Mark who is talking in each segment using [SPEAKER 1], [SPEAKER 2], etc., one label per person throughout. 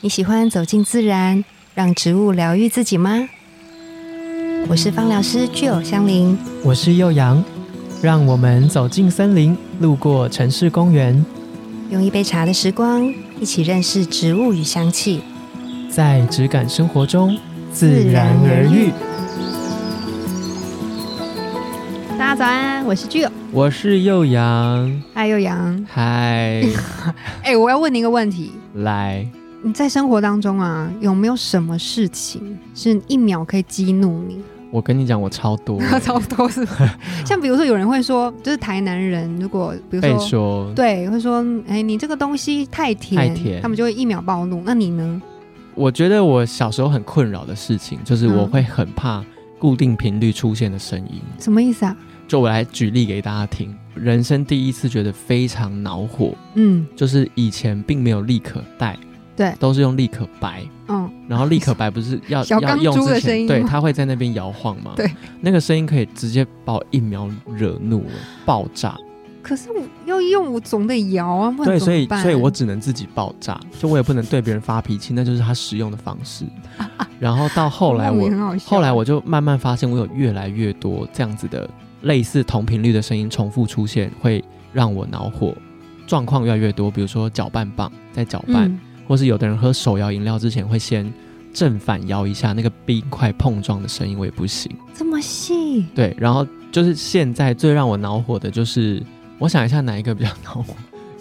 [SPEAKER 1] 你喜欢走进自然，让植物疗愈自己吗？我是芳疗师具有香林，
[SPEAKER 2] 我是幼阳，让我们走进森林，路过城市公园，
[SPEAKER 1] 用一杯茶的时光，一起认识植物与香气。
[SPEAKER 2] 在质感生活中自然而愈。
[SPEAKER 1] 大家早安，我是具有，
[SPEAKER 2] 我是幼阳，
[SPEAKER 1] 嗨，又阳。
[SPEAKER 2] 嗨，
[SPEAKER 1] 哎、我要问你一个问题：
[SPEAKER 2] 来，
[SPEAKER 1] 你在生活当中啊，有没有什么事情是一秒可以激怒你？
[SPEAKER 2] 我跟你讲，我超 多
[SPEAKER 1] 差不多是吧像比如说，有人会说，就是台南人，如果比如
[SPEAKER 2] 被
[SPEAKER 1] 说。
[SPEAKER 2] 说，
[SPEAKER 1] 对，会说，哎、你这个东西太甜，
[SPEAKER 2] 太甜
[SPEAKER 1] 他们就会一秒暴怒。那你呢？
[SPEAKER 2] 我觉得我小时候很困扰的事情，就是我
[SPEAKER 1] 嗯
[SPEAKER 2] 会很怕固定频率出现的声音。
[SPEAKER 1] 什么意思啊？
[SPEAKER 2] 就我来举例给大家听，人生第一次觉得非常恼火，
[SPEAKER 1] 嗯，
[SPEAKER 2] 就是以前并没有立可带，
[SPEAKER 1] 对
[SPEAKER 2] 都是用立可白。
[SPEAKER 1] 嗯，
[SPEAKER 2] 然后立可白不是要
[SPEAKER 1] 小
[SPEAKER 2] 要
[SPEAKER 1] 钢
[SPEAKER 2] 用
[SPEAKER 1] 珠的
[SPEAKER 2] 之
[SPEAKER 1] 声
[SPEAKER 2] 前，
[SPEAKER 1] 音
[SPEAKER 2] 对，
[SPEAKER 1] 吗
[SPEAKER 2] 它会在那边摇晃嘛？
[SPEAKER 1] 对，
[SPEAKER 2] 那个声音可以直接把我一秒惹怒了，爆炸。
[SPEAKER 1] 可是我要用，我总得摇啊，不然
[SPEAKER 2] 对，
[SPEAKER 1] 怎
[SPEAKER 2] 所
[SPEAKER 1] 么
[SPEAKER 2] 以
[SPEAKER 1] 办
[SPEAKER 2] 所以我只能自己爆炸，就我也不能对别人发脾气，那就是他使用的方 式。然后到后来
[SPEAKER 1] 莫
[SPEAKER 2] 我
[SPEAKER 1] 名很好笑
[SPEAKER 2] 后来我就慢慢发现，我有越来越多这样子的类似同频率的声音重复出现，会让我恼火，状况越来越多。比如说搅拌棒在搅拌，
[SPEAKER 1] 嗯
[SPEAKER 2] 或是有的人喝手摇饮料之前会先正反摇一下，那个冰块碰撞的声音我也不行。
[SPEAKER 1] 这么细，
[SPEAKER 2] 对，然后就是现在最让我恼火的就是，我想一下哪一个比较恼火，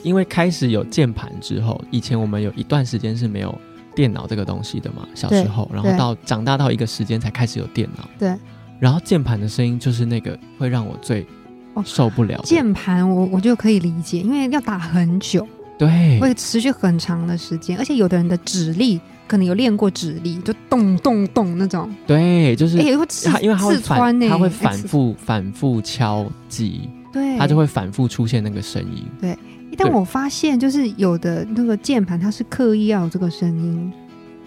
[SPEAKER 2] 因为开始有键盘之后，以前我们有一段时间是没有电脑这个东西的嘛，小时候，然后
[SPEAKER 1] 对
[SPEAKER 2] 到长大到一个时间才开始有电脑，
[SPEAKER 1] 对，
[SPEAKER 2] 然后键盘的声音就是那个会让我最
[SPEAKER 1] 哦
[SPEAKER 2] 受不了的，
[SPEAKER 1] 键盘我我就可以理解，因为要打很久，
[SPEAKER 2] 对，
[SPEAKER 1] 会持续很长的时间，而且有的人的指力可能有练过指力，就咚咚咚那种，
[SPEAKER 2] 对，就是。
[SPEAKER 1] 哎、会刺
[SPEAKER 2] 它因为它会
[SPEAKER 1] 刺穿
[SPEAKER 2] 反，
[SPEAKER 1] 呢、
[SPEAKER 2] 它会
[SPEAKER 1] 哎
[SPEAKER 2] 反，复、反复敲击，
[SPEAKER 1] 刺对，哎
[SPEAKER 2] 它就会反复出现那个声音。
[SPEAKER 1] 但
[SPEAKER 2] 对
[SPEAKER 1] 我发现，就是有的那个键盘，它是刻意要有这个声音，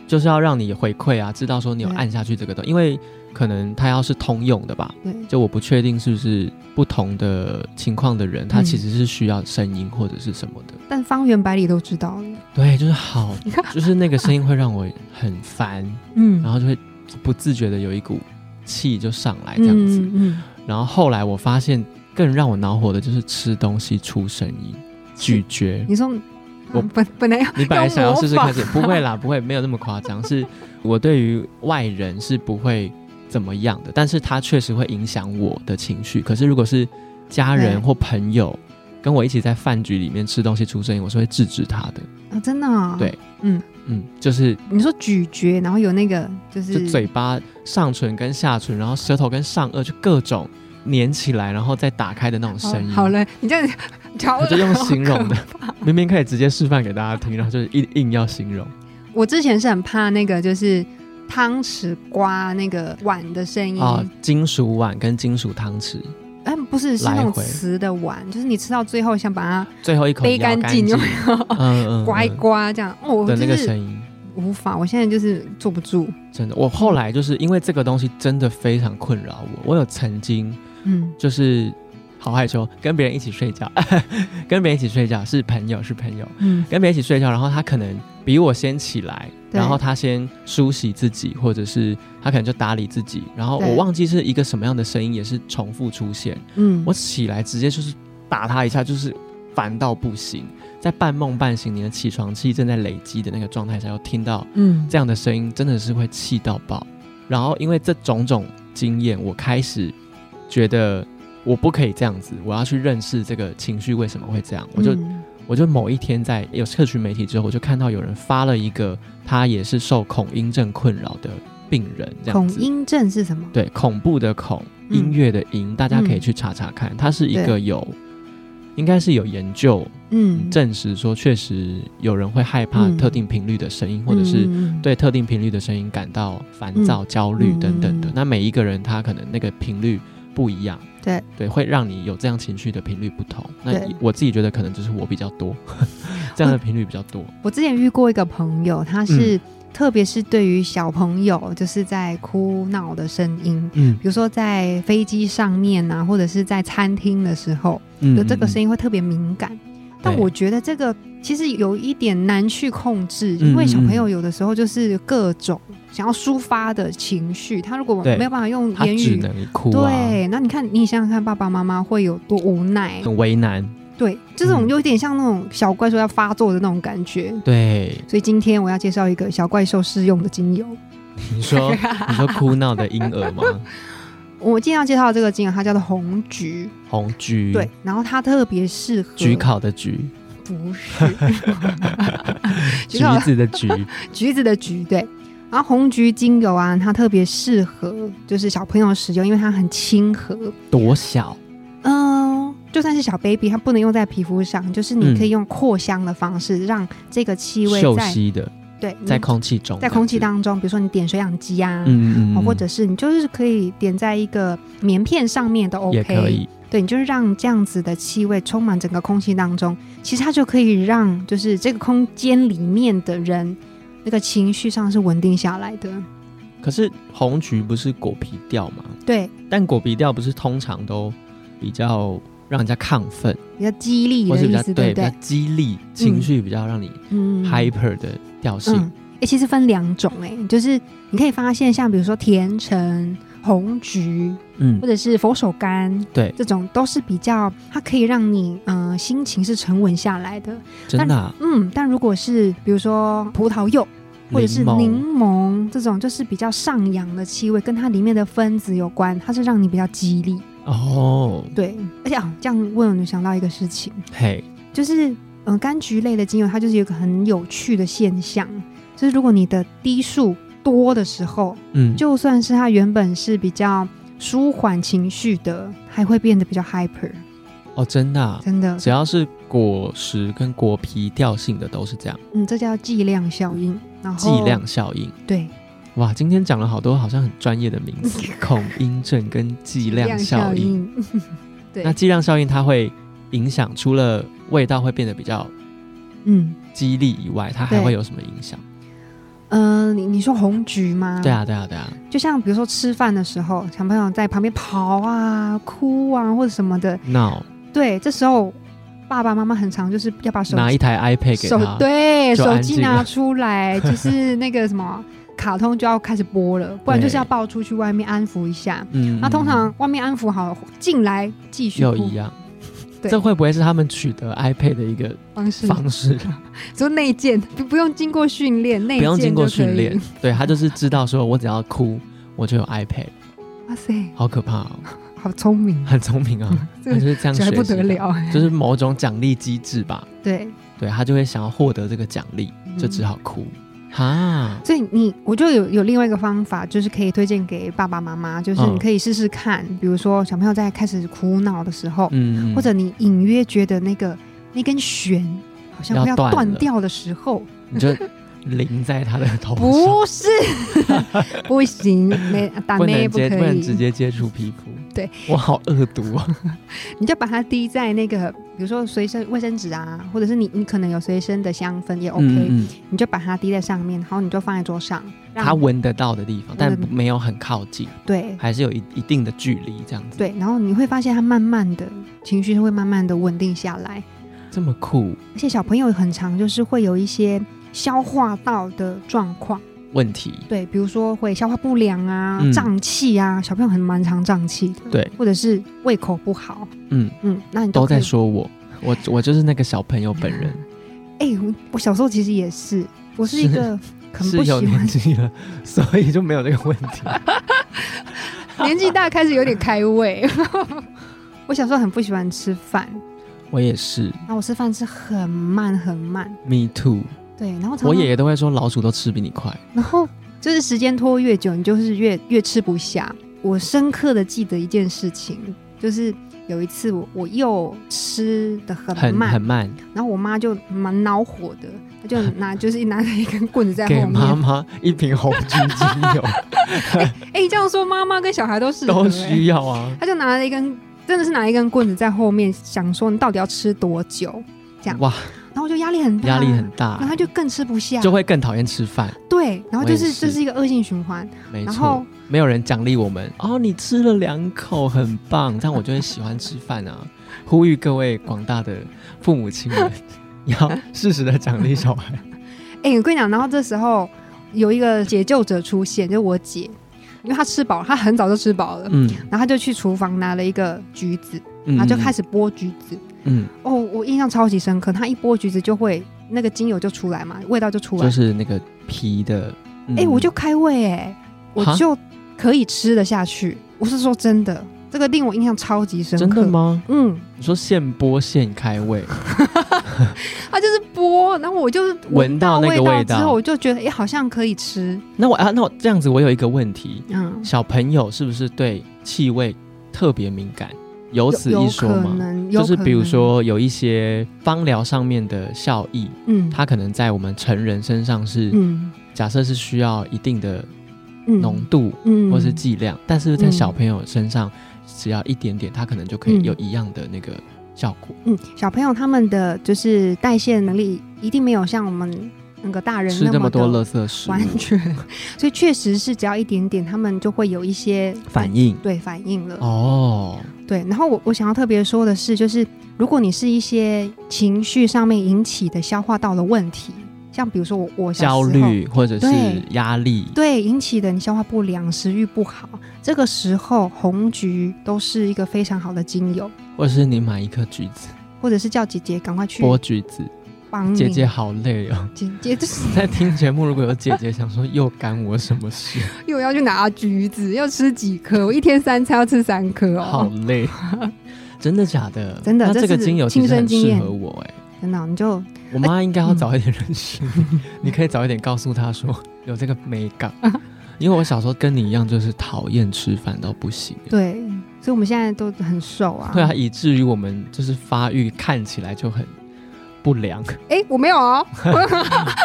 [SPEAKER 2] 就是要让你回馈啊，知道说你有
[SPEAKER 1] 对
[SPEAKER 2] 按下去这个东因为可能它要是通用的吧，
[SPEAKER 1] 对，
[SPEAKER 2] 就我不确定是不是不同的情况的人，他其实是需要声音或者是什么的。
[SPEAKER 1] 但方圆百里都知道了，
[SPEAKER 2] 对，就是好，就是那个声音会让我很 烦，
[SPEAKER 1] 嗯，
[SPEAKER 2] 然
[SPEAKER 1] 后
[SPEAKER 2] 后就会不自觉的有一股气就上来这样子。
[SPEAKER 1] 嗯，
[SPEAKER 2] 然后后来我发现，更让我恼火的就是吃东西出声音，咀嚼。
[SPEAKER 1] 你说
[SPEAKER 2] 我
[SPEAKER 1] 嗯本本来要
[SPEAKER 2] 你本来想要试试
[SPEAKER 1] 模
[SPEAKER 2] 看是，不 会啦，不会，没有那么夸张。是我对于外人是不会怎么样的，但是他确实会影响我的情绪。可是如果是家人
[SPEAKER 1] 对
[SPEAKER 2] 或朋友跟我一起在饭局里面吃东西出声音，我是会制止他的。
[SPEAKER 1] 啊，真的、啊，
[SPEAKER 2] 对，
[SPEAKER 1] 嗯，
[SPEAKER 2] 嗯，就是
[SPEAKER 1] 你说咀嚼，然后有那个就是
[SPEAKER 2] 就嘴巴上唇跟下唇，然后舌头跟上颚就各种粘起来，然后再打开的那种
[SPEAKER 1] 好
[SPEAKER 2] 声音。
[SPEAKER 1] 哦好，了，你这样 调，
[SPEAKER 2] 我就用形容的， 明明可以直接示范给大家听，然后就是硬硬要形容。
[SPEAKER 1] 我之前是很怕那个就是汤匙刮那个碗的声音，
[SPEAKER 2] 啊，金属碗跟金属汤匙，
[SPEAKER 1] 哎、不是是那
[SPEAKER 2] 来
[SPEAKER 1] 种
[SPEAKER 2] 回
[SPEAKER 1] 瓷的碗，就是你吃到最后想把它
[SPEAKER 2] 最后一口
[SPEAKER 1] 背
[SPEAKER 2] 咬
[SPEAKER 1] 干净，有没有？
[SPEAKER 2] 嗯嗯，
[SPEAKER 1] 刮一
[SPEAKER 2] 嗯
[SPEAKER 1] 刮这样，哦，我
[SPEAKER 2] 的那
[SPEAKER 1] 就
[SPEAKER 2] 个声
[SPEAKER 1] 是
[SPEAKER 2] 音，
[SPEAKER 1] 无法，我现在就是坐不住，
[SPEAKER 2] 真的，我后来就是因为这个东西真的非常困扰我，我有曾经
[SPEAKER 1] 嗯，
[SPEAKER 2] 就是好害羞，跟别人一起睡觉， 跟别人一起睡觉是朋友是朋友，
[SPEAKER 1] 嗯，
[SPEAKER 2] 跟别人一起睡觉，然后他可能比我先起来，
[SPEAKER 1] 对
[SPEAKER 2] 然后他先梳洗自己，或者是他可能就打理自己，然后
[SPEAKER 1] 对
[SPEAKER 2] 我忘记是一个什么样的声音，也是重复出现，
[SPEAKER 1] 嗯，
[SPEAKER 2] 我起来直接就是打他一下，就是烦到不行，在半梦半醒，你的起床气正在累积的那个状态下，又听到
[SPEAKER 1] 嗯，
[SPEAKER 2] 这样的声音，真的是会气到爆。然后因为这种种经验，我开始觉得我不可以这样子，我要去认识这个情绪为什么会这样。我就、
[SPEAKER 1] 嗯
[SPEAKER 2] 我就某一天在有社群媒体之后，我就看到有人发了一个他也是受恐音症困扰的病人，这样
[SPEAKER 1] 恐
[SPEAKER 2] 子。
[SPEAKER 1] 嗯音症是什么？
[SPEAKER 2] 对，恐怖的恐，
[SPEAKER 1] 嗯
[SPEAKER 2] 音乐的音，大家可以去查查看，它是一个有，应该是有研究
[SPEAKER 1] 嗯，
[SPEAKER 2] 证实说，确实有人会害怕
[SPEAKER 1] 嗯
[SPEAKER 2] 特定频率的声音，或者是
[SPEAKER 1] 嗯，
[SPEAKER 2] 对特定频率的声音感到烦躁、焦虑等等的。
[SPEAKER 1] 嗯嗯嗯
[SPEAKER 2] 那每一个人他可能那个频率不一样。
[SPEAKER 1] 对
[SPEAKER 2] 对，会让你有这样情绪的频率不同。那
[SPEAKER 1] 对
[SPEAKER 2] 我自己觉得可能就是我比较 多，这样的频率比较多。
[SPEAKER 1] 我之前遇过一个朋友，他
[SPEAKER 2] 嗯
[SPEAKER 1] 是、特别是对于小朋友，就是在哭闹的声音。
[SPEAKER 2] 嗯
[SPEAKER 1] 比如说在飞机上面啊，或者是在餐厅的时候，
[SPEAKER 2] 嗯
[SPEAKER 1] 有这个声
[SPEAKER 2] 音，
[SPEAKER 1] 音会特别敏感。但
[SPEAKER 2] 对
[SPEAKER 1] 我觉得这个其实有一点难去控制，
[SPEAKER 2] 嗯
[SPEAKER 1] 因为小朋友
[SPEAKER 2] 嗯
[SPEAKER 1] 有的时候就是各种想要抒发的情绪，他如果
[SPEAKER 2] 对
[SPEAKER 1] 没有办法用
[SPEAKER 2] 他
[SPEAKER 1] 言
[SPEAKER 2] 只
[SPEAKER 1] 语，
[SPEAKER 2] 能哭啊，
[SPEAKER 1] 对，那你看你想想看，爸爸妈妈会有多无奈？
[SPEAKER 2] 很为难。
[SPEAKER 1] 对，这种
[SPEAKER 2] 嗯
[SPEAKER 1] 有点像那种小怪兽要发作的那种感觉。
[SPEAKER 2] 对，
[SPEAKER 1] 所以今天我要介绍一个小怪兽适用的精油。
[SPEAKER 2] 你说你说哭闹的婴儿吗？
[SPEAKER 1] 我今天要介绍的这个精油，它叫做红菊，
[SPEAKER 2] 红菊，
[SPEAKER 1] 对，，嗯然后它特别适合
[SPEAKER 2] 焗，烤的嗯菊，
[SPEAKER 1] 不 是
[SPEAKER 2] 橘
[SPEAKER 1] 菊烤啊
[SPEAKER 2] 子的 菊，
[SPEAKER 1] 橘子的橘，对。然后红橘精油啊，它特别适合就是小朋友使用，因为它很亲和。
[SPEAKER 2] 多小？
[SPEAKER 1] 嗯，就算是小 baby，它不能用在皮肤上，就是你
[SPEAKER 2] 嗯
[SPEAKER 1] 可以用扩香的方式，让这个气味
[SPEAKER 2] 嗅
[SPEAKER 1] 在
[SPEAKER 2] 吸的，
[SPEAKER 1] 对你
[SPEAKER 2] 在空气中，
[SPEAKER 1] 在空气
[SPEAKER 2] 这样
[SPEAKER 1] 当中，比如说你点水养机啊，
[SPEAKER 2] 子，嗯嗯
[SPEAKER 1] 哦
[SPEAKER 2] 嗯，
[SPEAKER 1] 或者是你就是可以点在一个棉片上面都
[SPEAKER 2] 也
[SPEAKER 1] OK，
[SPEAKER 2] 可以，
[SPEAKER 1] 对，你就是让这样子的气味充满整个空气当中，其实它就可以让就是这个空间里面的人那个情绪上是稳定下来的。
[SPEAKER 2] 可是红菊不是果皮调嘛？
[SPEAKER 1] 对，
[SPEAKER 2] 但果皮调不是通常都比较让人家亢奋，
[SPEAKER 1] 比较激励
[SPEAKER 2] 或
[SPEAKER 1] 的
[SPEAKER 2] 是比
[SPEAKER 1] 意
[SPEAKER 2] 较
[SPEAKER 1] 思，对不
[SPEAKER 2] 比较
[SPEAKER 1] 对？
[SPEAKER 2] 激励，情绪比较让你
[SPEAKER 1] 嗯
[SPEAKER 2] hyper 的调性。
[SPEAKER 1] 嗯，哎、其实分两种、诶，哎，就是你可以发现，像比如说甜橙、红橘，
[SPEAKER 2] 嗯
[SPEAKER 1] 或，者是佛手柑，
[SPEAKER 2] 对，
[SPEAKER 1] 这种都是比较它可以让你嗯、呃心情是沉稳下来的。
[SPEAKER 2] 真的啊，
[SPEAKER 1] 嗯，但如果是比如说葡萄柚。或者是
[SPEAKER 2] 柠檬
[SPEAKER 1] 柠檬这种，就是比较上扬的气味，跟它里面的分子有关，它是让你比较激励。
[SPEAKER 2] 哦，
[SPEAKER 1] 对，而且啊，这样问我就想到一个事情，
[SPEAKER 2] 嘿，
[SPEAKER 1] 就是嗯、呃柑橘类的精油，它就是有一个很有趣的现象，就是如果你的滴数多的时候，
[SPEAKER 2] 嗯，
[SPEAKER 1] 就算是它原本是比较舒缓情绪的，还会变得比较 hyper，
[SPEAKER 2] 哦，真的啊，
[SPEAKER 1] 真的，
[SPEAKER 2] 只要是果实跟果皮调性的都是这样，
[SPEAKER 1] 嗯，这叫剂量效应。然后
[SPEAKER 2] 剂量效应。
[SPEAKER 1] 对，
[SPEAKER 2] 哇，今天讲了好多好像很专业的名 词，恐音症跟剂量效应。
[SPEAKER 1] 应， 对
[SPEAKER 2] 那剂量效应它会影响，除了味道会变得比较
[SPEAKER 1] 嗯。
[SPEAKER 2] 激励以外，它还
[SPEAKER 1] 对
[SPEAKER 2] 会有什么影响？
[SPEAKER 1] 嗯、你你说红橘吗？
[SPEAKER 2] 对，啊，对啊，对啊，
[SPEAKER 1] 就像比如说吃饭的时候，小朋友在旁边跑啊、哭啊或者什么的，
[SPEAKER 2] 闹
[SPEAKER 1] 对，这时候爸爸妈妈很常就是要把手
[SPEAKER 2] 拿一
[SPEAKER 1] 机
[SPEAKER 2] 台 iPad 给
[SPEAKER 1] 手
[SPEAKER 2] 他，
[SPEAKER 1] 对
[SPEAKER 2] 就
[SPEAKER 1] 手
[SPEAKER 2] 安
[SPEAKER 1] 机
[SPEAKER 2] 静了
[SPEAKER 1] 拿出来，就是那个什么卡通就要开始播了，不然就是
[SPEAKER 2] 对
[SPEAKER 1] 要抱出去外面安抚一下。
[SPEAKER 2] 嗯，嗯
[SPEAKER 1] 那通
[SPEAKER 2] 嗯
[SPEAKER 1] 常外面安抚好，进来继续
[SPEAKER 2] 又
[SPEAKER 1] 哭
[SPEAKER 2] 一样。
[SPEAKER 1] 对
[SPEAKER 2] 这会不会是他们取得 iPad 的一个
[SPEAKER 1] 方式，
[SPEAKER 2] 方式？
[SPEAKER 1] 就内建，不不用经过训练，内
[SPEAKER 2] 不用
[SPEAKER 1] 建
[SPEAKER 2] 经过
[SPEAKER 1] 就可以
[SPEAKER 2] 训练。，对他就是知道说，我只要哭，我就有 iPad，
[SPEAKER 1] 哇塞，
[SPEAKER 2] 好可怕哦，
[SPEAKER 1] 好聪明，
[SPEAKER 2] 很聪明啊，
[SPEAKER 1] 这
[SPEAKER 2] 他就
[SPEAKER 1] 个
[SPEAKER 2] 是这样
[SPEAKER 1] 这
[SPEAKER 2] 学
[SPEAKER 1] 还
[SPEAKER 2] 习
[SPEAKER 1] 不得
[SPEAKER 2] 的，
[SPEAKER 1] 了，
[SPEAKER 2] 就是某种奖励机制吧。
[SPEAKER 1] 对。
[SPEAKER 2] 对他就会想要获得这个奖励，
[SPEAKER 1] 嗯
[SPEAKER 2] 就只好哭哈。
[SPEAKER 1] 所以你，我就有有另外一个方法，就是可以推荐给爸爸妈妈，就是
[SPEAKER 2] 嗯
[SPEAKER 1] 你可以试试看，比如说小朋友在开始哭闹的时候，
[SPEAKER 2] 嗯，
[SPEAKER 1] 或者你隐约觉得那个那根弦好像快要
[SPEAKER 2] 要断了
[SPEAKER 1] 断掉的时候，
[SPEAKER 2] 你就 淋在他的头上，
[SPEAKER 1] 不是， 不行，没打
[SPEAKER 2] 不
[SPEAKER 1] 内
[SPEAKER 2] 能
[SPEAKER 1] 不
[SPEAKER 2] 接，不
[SPEAKER 1] 可
[SPEAKER 2] 能直
[SPEAKER 1] 以，
[SPEAKER 2] 接接触皮肤。
[SPEAKER 1] 对，
[SPEAKER 2] 我好恶毒啊！
[SPEAKER 1] 你就把它滴在那个，比如说随身卫生纸啊，或者是你你可能有随身的香氛也 OK，、
[SPEAKER 2] 嗯嗯
[SPEAKER 1] 你就把它滴在上面，然后你就放在桌上，让
[SPEAKER 2] 他闻得到的地方，但
[SPEAKER 1] 嗯
[SPEAKER 2] 没有很靠近，
[SPEAKER 1] 对
[SPEAKER 2] 还是有一一定的距离，这样子。
[SPEAKER 1] 对，然后你会发现它慢慢的情绪会慢慢的稳定下来，
[SPEAKER 2] 这么酷，
[SPEAKER 1] 而且小朋友很常就是会有一些消化道的状况，
[SPEAKER 2] 问题
[SPEAKER 1] 对，比如说会消化不良啊、
[SPEAKER 2] 嗯
[SPEAKER 1] 胀气啊，小朋友很蛮常胀气的，
[SPEAKER 2] 对，
[SPEAKER 1] 或者是胃口不好，
[SPEAKER 2] 嗯，
[SPEAKER 1] 嗯，那你
[SPEAKER 2] 都
[SPEAKER 1] 可以
[SPEAKER 2] 在。说我，我我就是那个小朋 友本人，
[SPEAKER 1] 哎、我我小时候其实也是，我是一
[SPEAKER 2] 是
[SPEAKER 1] 个很
[SPEAKER 2] 是
[SPEAKER 1] 不喜
[SPEAKER 2] 有
[SPEAKER 1] 欢
[SPEAKER 2] 年纪了，所以就没有这个问题。
[SPEAKER 1] 年纪大开始有点开胃， 我小时候很不喜欢吃饭，
[SPEAKER 2] 我也是
[SPEAKER 1] 然后我吃饭是很慢很慢，
[SPEAKER 2] ，me too，
[SPEAKER 1] 对，然后常常
[SPEAKER 2] 我爷爷都会说老鼠都吃比你快。
[SPEAKER 1] 然后就是时间拖越久，你就是越越吃不下。我深刻的记得一件事情，就是有一次我我又吃的很
[SPEAKER 2] 很
[SPEAKER 1] 慢，
[SPEAKER 2] 很慢，
[SPEAKER 1] 然后我妈就蛮恼火的，她就拿就是一拿着一根棍子在后
[SPEAKER 2] 给
[SPEAKER 1] 面。
[SPEAKER 2] 妈妈一瓶红橘精油
[SPEAKER 1] 哎、这样说妈妈跟小孩都是
[SPEAKER 2] 都需要啊。
[SPEAKER 1] 她就拿了一根，真的是拿一根棍子在后面，想说你到底要吃多久？这样
[SPEAKER 2] 哇，
[SPEAKER 1] 然后我就压力很大，
[SPEAKER 2] 压力很，
[SPEAKER 1] 然后
[SPEAKER 2] 大欸
[SPEAKER 1] 她，就更吃不下，
[SPEAKER 2] 就会更讨厌吃饭。
[SPEAKER 1] 对，然后就
[SPEAKER 2] 我
[SPEAKER 1] 是
[SPEAKER 2] 也是
[SPEAKER 1] 这是一个恶性循环，
[SPEAKER 2] 没
[SPEAKER 1] 然后
[SPEAKER 2] 错， 没有人奖励我们哦，你吃了两口很棒，这样我就会喜欢吃饭啊。呼吁各位广大的父母亲们，要适时的奖励 小孩。
[SPEAKER 1] 哎、我跟你讲，然后这时候有一个解救者出现，就我姐，因为她吃饱了，她很早就吃饱了，
[SPEAKER 2] 嗯，
[SPEAKER 1] 然后她就去厨房拿了一个橘子，
[SPEAKER 2] 嗯
[SPEAKER 1] 然后就开
[SPEAKER 2] 始，
[SPEAKER 1] 始剥橘子。
[SPEAKER 2] 嗯，
[SPEAKER 1] 哦，我印象超级深刻，她一剥橘子就会那个精油就出来嘛，味道就出来。
[SPEAKER 2] 就
[SPEAKER 1] 哎、
[SPEAKER 2] 是那个皮的，哎
[SPEAKER 1] 我就开胃哎、我
[SPEAKER 2] 哈
[SPEAKER 1] 就可以吃得下去。我是说真的，这个令我印象超级深刻。
[SPEAKER 2] 真的？吗？
[SPEAKER 1] 嗯，
[SPEAKER 2] 你说现剥现开胃，
[SPEAKER 1] 它就是剥，然后 我就
[SPEAKER 2] 闻到那个
[SPEAKER 1] 味
[SPEAKER 2] 味道
[SPEAKER 1] 之后，我就觉得哎、好像可以吃。
[SPEAKER 2] 那我啊，那我这样子，我有一个问题，
[SPEAKER 1] 嗯，
[SPEAKER 2] 小朋友是不是对气味特别敏感？有
[SPEAKER 1] 有
[SPEAKER 2] 此一说
[SPEAKER 1] 有可
[SPEAKER 2] 吗？
[SPEAKER 1] 能，有
[SPEAKER 2] 就是
[SPEAKER 1] 可
[SPEAKER 2] 比如
[SPEAKER 1] 能，
[SPEAKER 2] 说有一些芳疗上面的效益，
[SPEAKER 1] 嗯，
[SPEAKER 2] 它可能在我们成人身上是、
[SPEAKER 1] 嗯
[SPEAKER 2] 假设是需要一定的
[SPEAKER 1] 嗯
[SPEAKER 2] 浓度
[SPEAKER 1] 嗯
[SPEAKER 2] 或是剂量，但是在
[SPEAKER 1] 嗯
[SPEAKER 2] 小朋友身上只要一点点，它可能就可以
[SPEAKER 1] 嗯
[SPEAKER 2] 有一样的那个效果。
[SPEAKER 1] 嗯，小朋友他们的就是代谢能力一定没有像我们那个大人
[SPEAKER 2] 吃
[SPEAKER 1] 那
[SPEAKER 2] 这么多
[SPEAKER 1] 的
[SPEAKER 2] 垃圾食
[SPEAKER 1] 完
[SPEAKER 2] 物，
[SPEAKER 1] 全，所以确实是只要一点点，他们就会有一些
[SPEAKER 2] 反应
[SPEAKER 1] 对反应了。
[SPEAKER 2] 哦，
[SPEAKER 1] 对，然后我我想要特别说的是，就是如果你是一些情绪上面引起的消化道的问题，像比如说我我小
[SPEAKER 2] 焦
[SPEAKER 1] 时候
[SPEAKER 2] 虑或者是
[SPEAKER 1] 对
[SPEAKER 2] 压力，
[SPEAKER 1] 对引起的你消化不良、食欲不好，这个时候红橘都是一个非常好的精油，
[SPEAKER 2] 或者是你买一颗橘子
[SPEAKER 1] 或者是叫姐姐赶快去
[SPEAKER 2] 剥橘子，
[SPEAKER 1] 帮你
[SPEAKER 2] 姐姐好累哦。
[SPEAKER 1] 姐姐就是
[SPEAKER 2] 在听节目，如果有姐姐想说又干我什么 事，
[SPEAKER 1] 又要去拿橘子，要吃几颗？我一天三餐要吃三颗
[SPEAKER 2] 好
[SPEAKER 1] 哦。
[SPEAKER 2] 累，真的假的？
[SPEAKER 1] 真的
[SPEAKER 2] 那
[SPEAKER 1] 这
[SPEAKER 2] 这个
[SPEAKER 1] 是
[SPEAKER 2] 精油其
[SPEAKER 1] 亲
[SPEAKER 2] 实
[SPEAKER 1] 身
[SPEAKER 2] 很
[SPEAKER 1] 经
[SPEAKER 2] 适
[SPEAKER 1] 验
[SPEAKER 2] 合我哎、
[SPEAKER 1] 真的哦、你就
[SPEAKER 2] 我妈应该要早一点认
[SPEAKER 1] 哎
[SPEAKER 2] 识
[SPEAKER 1] 嗯
[SPEAKER 2] 你，你可以早一点告诉她说有这个美 感，因为我小时候跟你一样，就是讨厌吃饭到不行。
[SPEAKER 1] 对，所以我们现在都很瘦啊。
[SPEAKER 2] 对啊，，以至于我们就是发育看起来就很 不良，
[SPEAKER 1] 哎、我没有哦。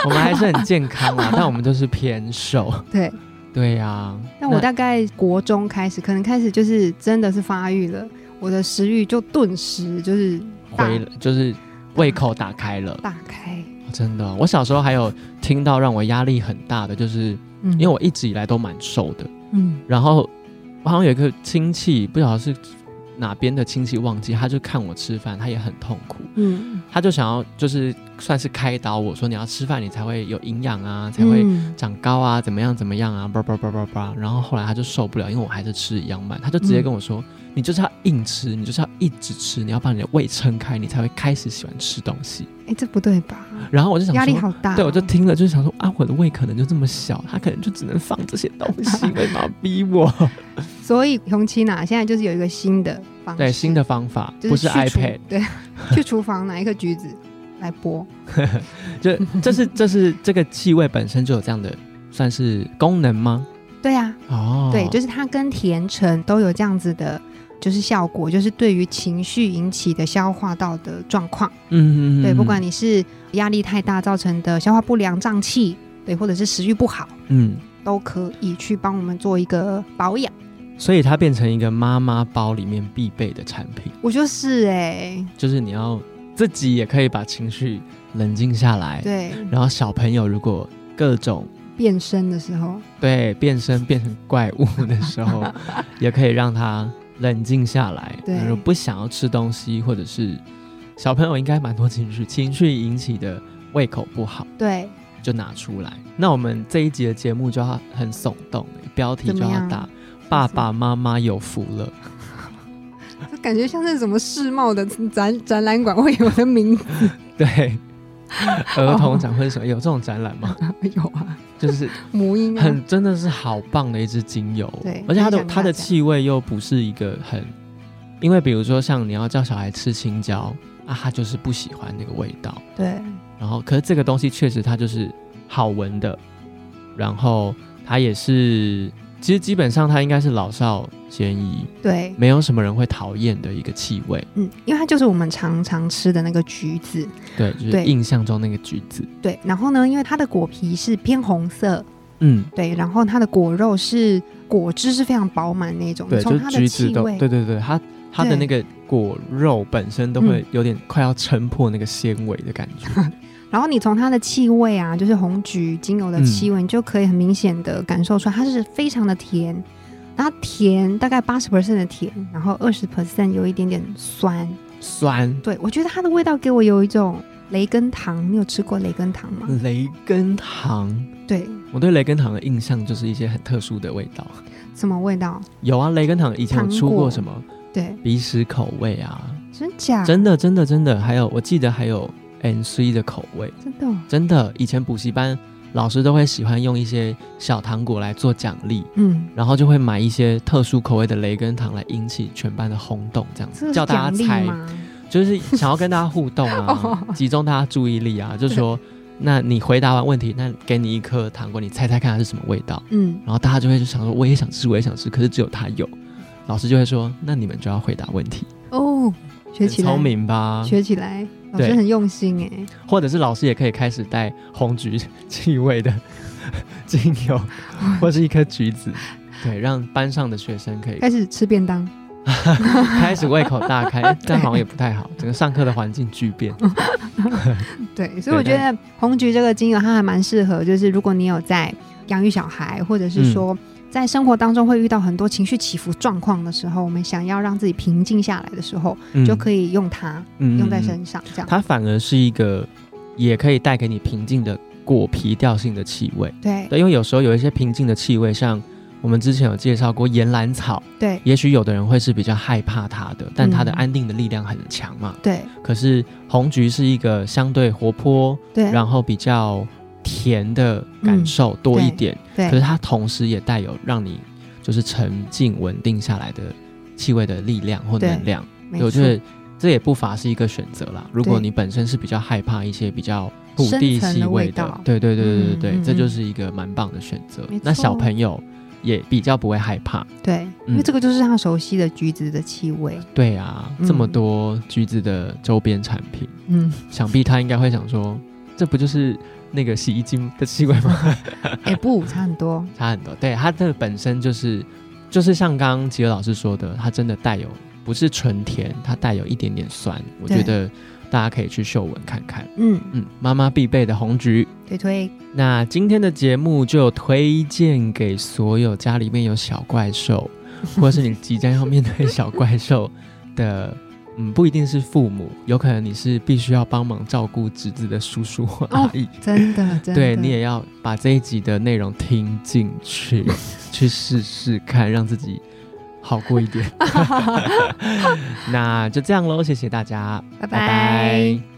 [SPEAKER 2] 我们还是很健康啊，但我们就是偏瘦。
[SPEAKER 1] 对，
[SPEAKER 2] 对啊呀、
[SPEAKER 1] 但我大概国中开始，可能开始就是真的是发育了，我的食欲就顿时就是
[SPEAKER 2] 那回就是胃口打开了，
[SPEAKER 1] 大开。
[SPEAKER 2] 真的哦、我小时候还有听到让我压力很大的，就是
[SPEAKER 1] 嗯，
[SPEAKER 2] 因为我一直以来都蛮瘦的，
[SPEAKER 1] 嗯
[SPEAKER 2] 然后我好像有一个亲戚，不晓得是哪边的亲戚忘记，他就看我吃饭，他也很痛苦，
[SPEAKER 1] 嗯
[SPEAKER 2] 他就想要就是算是开导我说你要吃饭，你才会有营养啊，才会
[SPEAKER 1] 嗯
[SPEAKER 2] 长高啊，怎么样怎么样啊，叭叭叭叭叭。然后后来他就受不了，因为我还是吃一样慢，他就直接跟我说，
[SPEAKER 1] 嗯
[SPEAKER 2] 你就是要硬吃，你就是要一直吃，你要把你的胃撑开，你才会开始喜欢吃东西。
[SPEAKER 1] 哎、这不对吧？
[SPEAKER 2] 然后我就想
[SPEAKER 1] 压力
[SPEAKER 2] 说。
[SPEAKER 1] 好大哦、
[SPEAKER 2] 对，我就听了，就是想说啊，我的胃可能就这么小，他可能就只能放这些东西，为什么要逼我？
[SPEAKER 1] 所以红七呐，现在就是有一个新的方式，
[SPEAKER 2] 对，新的方法
[SPEAKER 1] 就
[SPEAKER 2] 不是
[SPEAKER 1] 去厨
[SPEAKER 2] iPad，
[SPEAKER 1] 对，去厨房拿一颗橘子来剥。
[SPEAKER 2] 就这是这是这个气味本身就有这样的算是功能吗？
[SPEAKER 1] 对呀、
[SPEAKER 2] 哦，
[SPEAKER 1] 对，就是它跟甜橙都有这样子的，就是效果，就是对于情绪引起的消化道的状况，
[SPEAKER 2] 嗯
[SPEAKER 1] 对，不管
[SPEAKER 2] 你
[SPEAKER 1] 你是压力太大造成的消化不良、胀气，对，或者是食欲不好，
[SPEAKER 2] 嗯，
[SPEAKER 1] 都可以去帮我们做一个保养。
[SPEAKER 2] 嗯所以它变成一个妈妈包里面必备的产品，
[SPEAKER 1] 我就是哎、
[SPEAKER 2] 就是你要自己也可以把情绪冷静下来，
[SPEAKER 1] 对，
[SPEAKER 2] 然后小朋友如果各种。
[SPEAKER 1] 变身的时候，
[SPEAKER 2] 对，变身变成怪物的时 候，也可以让他冷静下来。
[SPEAKER 1] 对
[SPEAKER 2] 如果不想要吃东西，或者是小朋友应该蛮多情绪，情绪引起的胃口不好，
[SPEAKER 1] 对，
[SPEAKER 2] 就拿出来。那我们这一集的节目就要很耸动，标题就
[SPEAKER 1] 怎么
[SPEAKER 2] 要
[SPEAKER 1] 样
[SPEAKER 2] 打“爸爸妈妈有福了
[SPEAKER 1] 这感觉像是什么世贸的展展览馆会有的名字”。
[SPEAKER 2] 对，儿童展会什么有这种展览吗？
[SPEAKER 1] 有啊，
[SPEAKER 2] 就是
[SPEAKER 1] 母婴啊，
[SPEAKER 2] 很真的是好棒的一支精油，
[SPEAKER 1] 对
[SPEAKER 2] 而且它的
[SPEAKER 1] 分享给大家
[SPEAKER 2] 它的气味又不是一个很，因为比如说像你要叫小孩吃青椒啊，他就是不喜欢那个味道，
[SPEAKER 1] 对，
[SPEAKER 2] 然后可是这个东西确实它就是好闻的，然后它也是，其实基本上它应该是老少咸宜，
[SPEAKER 1] 对，
[SPEAKER 2] 没有什么人会讨厌的一个气味，
[SPEAKER 1] 嗯，因为它就是我们常常吃的那个橘子，
[SPEAKER 2] 对，就是
[SPEAKER 1] 对
[SPEAKER 2] 印象中那个橘子，
[SPEAKER 1] 对，然后呢，因为它的果皮是偏红色，
[SPEAKER 2] 嗯，
[SPEAKER 1] 对，然后它的果肉是果汁是非常饱满那种，
[SPEAKER 2] 对，就
[SPEAKER 1] 从
[SPEAKER 2] 是
[SPEAKER 1] 它的
[SPEAKER 2] 橘子
[SPEAKER 1] 气
[SPEAKER 2] 都，
[SPEAKER 1] 味，
[SPEAKER 2] 对对对，它它的
[SPEAKER 1] 对嗯
[SPEAKER 2] 那个果肉本身都会有点快要撑破那个纤维的感 觉。
[SPEAKER 1] 然后你从它的气味啊，就是红橘精
[SPEAKER 2] 嗯
[SPEAKER 1] 油的气味，你就可以很明显的感受出来它是非常的甜，它甜大概八十 percent 的甜，然后二十 percent 有一点点酸，
[SPEAKER 2] 酸，
[SPEAKER 1] 对我觉得它的味道给我有一种雷根糖，你有吃过雷根糖吗？
[SPEAKER 2] 雷根糖。
[SPEAKER 1] 对，
[SPEAKER 2] 我对雷根糖的印象就是一些很特殊的味道。
[SPEAKER 1] 什么味道？
[SPEAKER 2] 有啊，雷根糖以前有出
[SPEAKER 1] 糖
[SPEAKER 2] 过
[SPEAKER 1] 果
[SPEAKER 2] 什么
[SPEAKER 1] 对，
[SPEAKER 2] 鼻屎口味啊，
[SPEAKER 1] 真假？
[SPEAKER 2] 真的真的真的，还有我记得还有 N C 的口味，
[SPEAKER 1] 真的哦、
[SPEAKER 2] 真的以前补习班老师都会喜欢用一些小糖果来做奖励。
[SPEAKER 1] 嗯，
[SPEAKER 2] 然后就会买一些特殊口味的雷根糖来引起全班的轰动，这样
[SPEAKER 1] 这
[SPEAKER 2] 子
[SPEAKER 1] 个
[SPEAKER 2] 叫
[SPEAKER 1] 是
[SPEAKER 2] 大
[SPEAKER 1] 奖
[SPEAKER 2] 家
[SPEAKER 1] 励
[SPEAKER 2] 猜，
[SPEAKER 1] 吗？
[SPEAKER 2] 就是想要跟大家互 动啊，
[SPEAKER 1] 哦
[SPEAKER 2] 集中大家注意力啊，就说，那你回答完问题，那给你一颗糖果，你猜猜看它是什么味道，
[SPEAKER 1] 嗯，
[SPEAKER 2] 然后大家就会就想说，我也想吃，我也想吃，可是只有他有，老师就会说，那你们就要回答问题，
[SPEAKER 1] 哦，学
[SPEAKER 2] 很
[SPEAKER 1] 起来，
[SPEAKER 2] 聪明啊吧？
[SPEAKER 1] 学起来，老师
[SPEAKER 2] 对
[SPEAKER 1] 很用心哎、
[SPEAKER 2] 或者是老师也可以开始带红橘气味的 精油，或是一颗橘子，对，让班上的学生可以
[SPEAKER 1] 开始吃便当，
[SPEAKER 2] 开始胃口大开，但好像也不太好，整个上课的环境巨变。
[SPEAKER 1] 嗯对，所以我觉
[SPEAKER 2] 对
[SPEAKER 1] 得红橘这个精油它还蛮适合，就是如果你有在养育小孩，或者
[SPEAKER 2] 嗯
[SPEAKER 1] 是说在生活当中会遇到很多情绪起伏状况的时候，我们想要让自己平静下来的时候，
[SPEAKER 2] 嗯
[SPEAKER 1] 就可以用它
[SPEAKER 2] 嗯
[SPEAKER 1] 用在
[SPEAKER 2] 嗯嗯
[SPEAKER 1] 身上，这样
[SPEAKER 2] 它反而是一个也可以带给你平静的果皮调性的气味。
[SPEAKER 1] 对
[SPEAKER 2] 对，因为有时候有一些平静的气味，像我们之前有介绍过岩兰草，
[SPEAKER 1] 对
[SPEAKER 2] 也许有的人会是比较害怕它的，但它的
[SPEAKER 1] 嗯
[SPEAKER 2] 安定的力量很强嘛。
[SPEAKER 1] 对
[SPEAKER 2] 可是红橘是一个相对活泼，
[SPEAKER 1] 对嗯
[SPEAKER 2] 然后比较甜的感受多一点，
[SPEAKER 1] 对
[SPEAKER 2] 可是它同时也带有让你就是沉静稳定下来的气味的力量或
[SPEAKER 1] 对
[SPEAKER 2] 能量。
[SPEAKER 1] 没
[SPEAKER 2] 对我
[SPEAKER 1] 错
[SPEAKER 2] 觉得这也不乏是一个选择啦。如果
[SPEAKER 1] 对
[SPEAKER 2] 你本身是比较害怕一些比较土
[SPEAKER 1] 深
[SPEAKER 2] 地
[SPEAKER 1] 层
[SPEAKER 2] 气
[SPEAKER 1] 的味
[SPEAKER 2] 味的
[SPEAKER 1] 道，
[SPEAKER 2] 对对对对对
[SPEAKER 1] 嗯
[SPEAKER 2] 对，
[SPEAKER 1] 嗯
[SPEAKER 2] 这就
[SPEAKER 1] 嗯
[SPEAKER 2] 是一个蛮棒的选择
[SPEAKER 1] 没。
[SPEAKER 2] 那小
[SPEAKER 1] 错
[SPEAKER 2] 朋友也比较不会害怕。
[SPEAKER 1] 对，因为
[SPEAKER 2] 嗯
[SPEAKER 1] 这个就是他熟悉的橘子的气味，
[SPEAKER 2] 对啊，这么
[SPEAKER 1] 嗯
[SPEAKER 2] 多橘子的周边产品，
[SPEAKER 1] 嗯，
[SPEAKER 2] 想必他应该会想说，这不就是那个洗衣精的气味吗？
[SPEAKER 1] 哎、不差很多，
[SPEAKER 2] 差很多。对，它这本身就是就是像刚刚吉尔老师说的，它真的带有不是纯甜，它带有一点点酸。我觉
[SPEAKER 1] 对
[SPEAKER 2] 得大家可以去嗅闻看看。
[SPEAKER 1] 嗯，
[SPEAKER 2] 嗯，妈妈必备的红橘。
[SPEAKER 1] 推推，
[SPEAKER 2] 那今天的节目就推荐给所有家里面有小怪兽，或是你即将要面对小怪兽的，嗯，不一定是父母，有可能你是必须要帮忙照顾侄子的叔叔或阿姨，
[SPEAKER 1] 真的真的，
[SPEAKER 2] 对 你也要把这一集的内容听进去，去试试看，让自己好过 一点。那就这样喽，谢谢大家，
[SPEAKER 1] 拜拜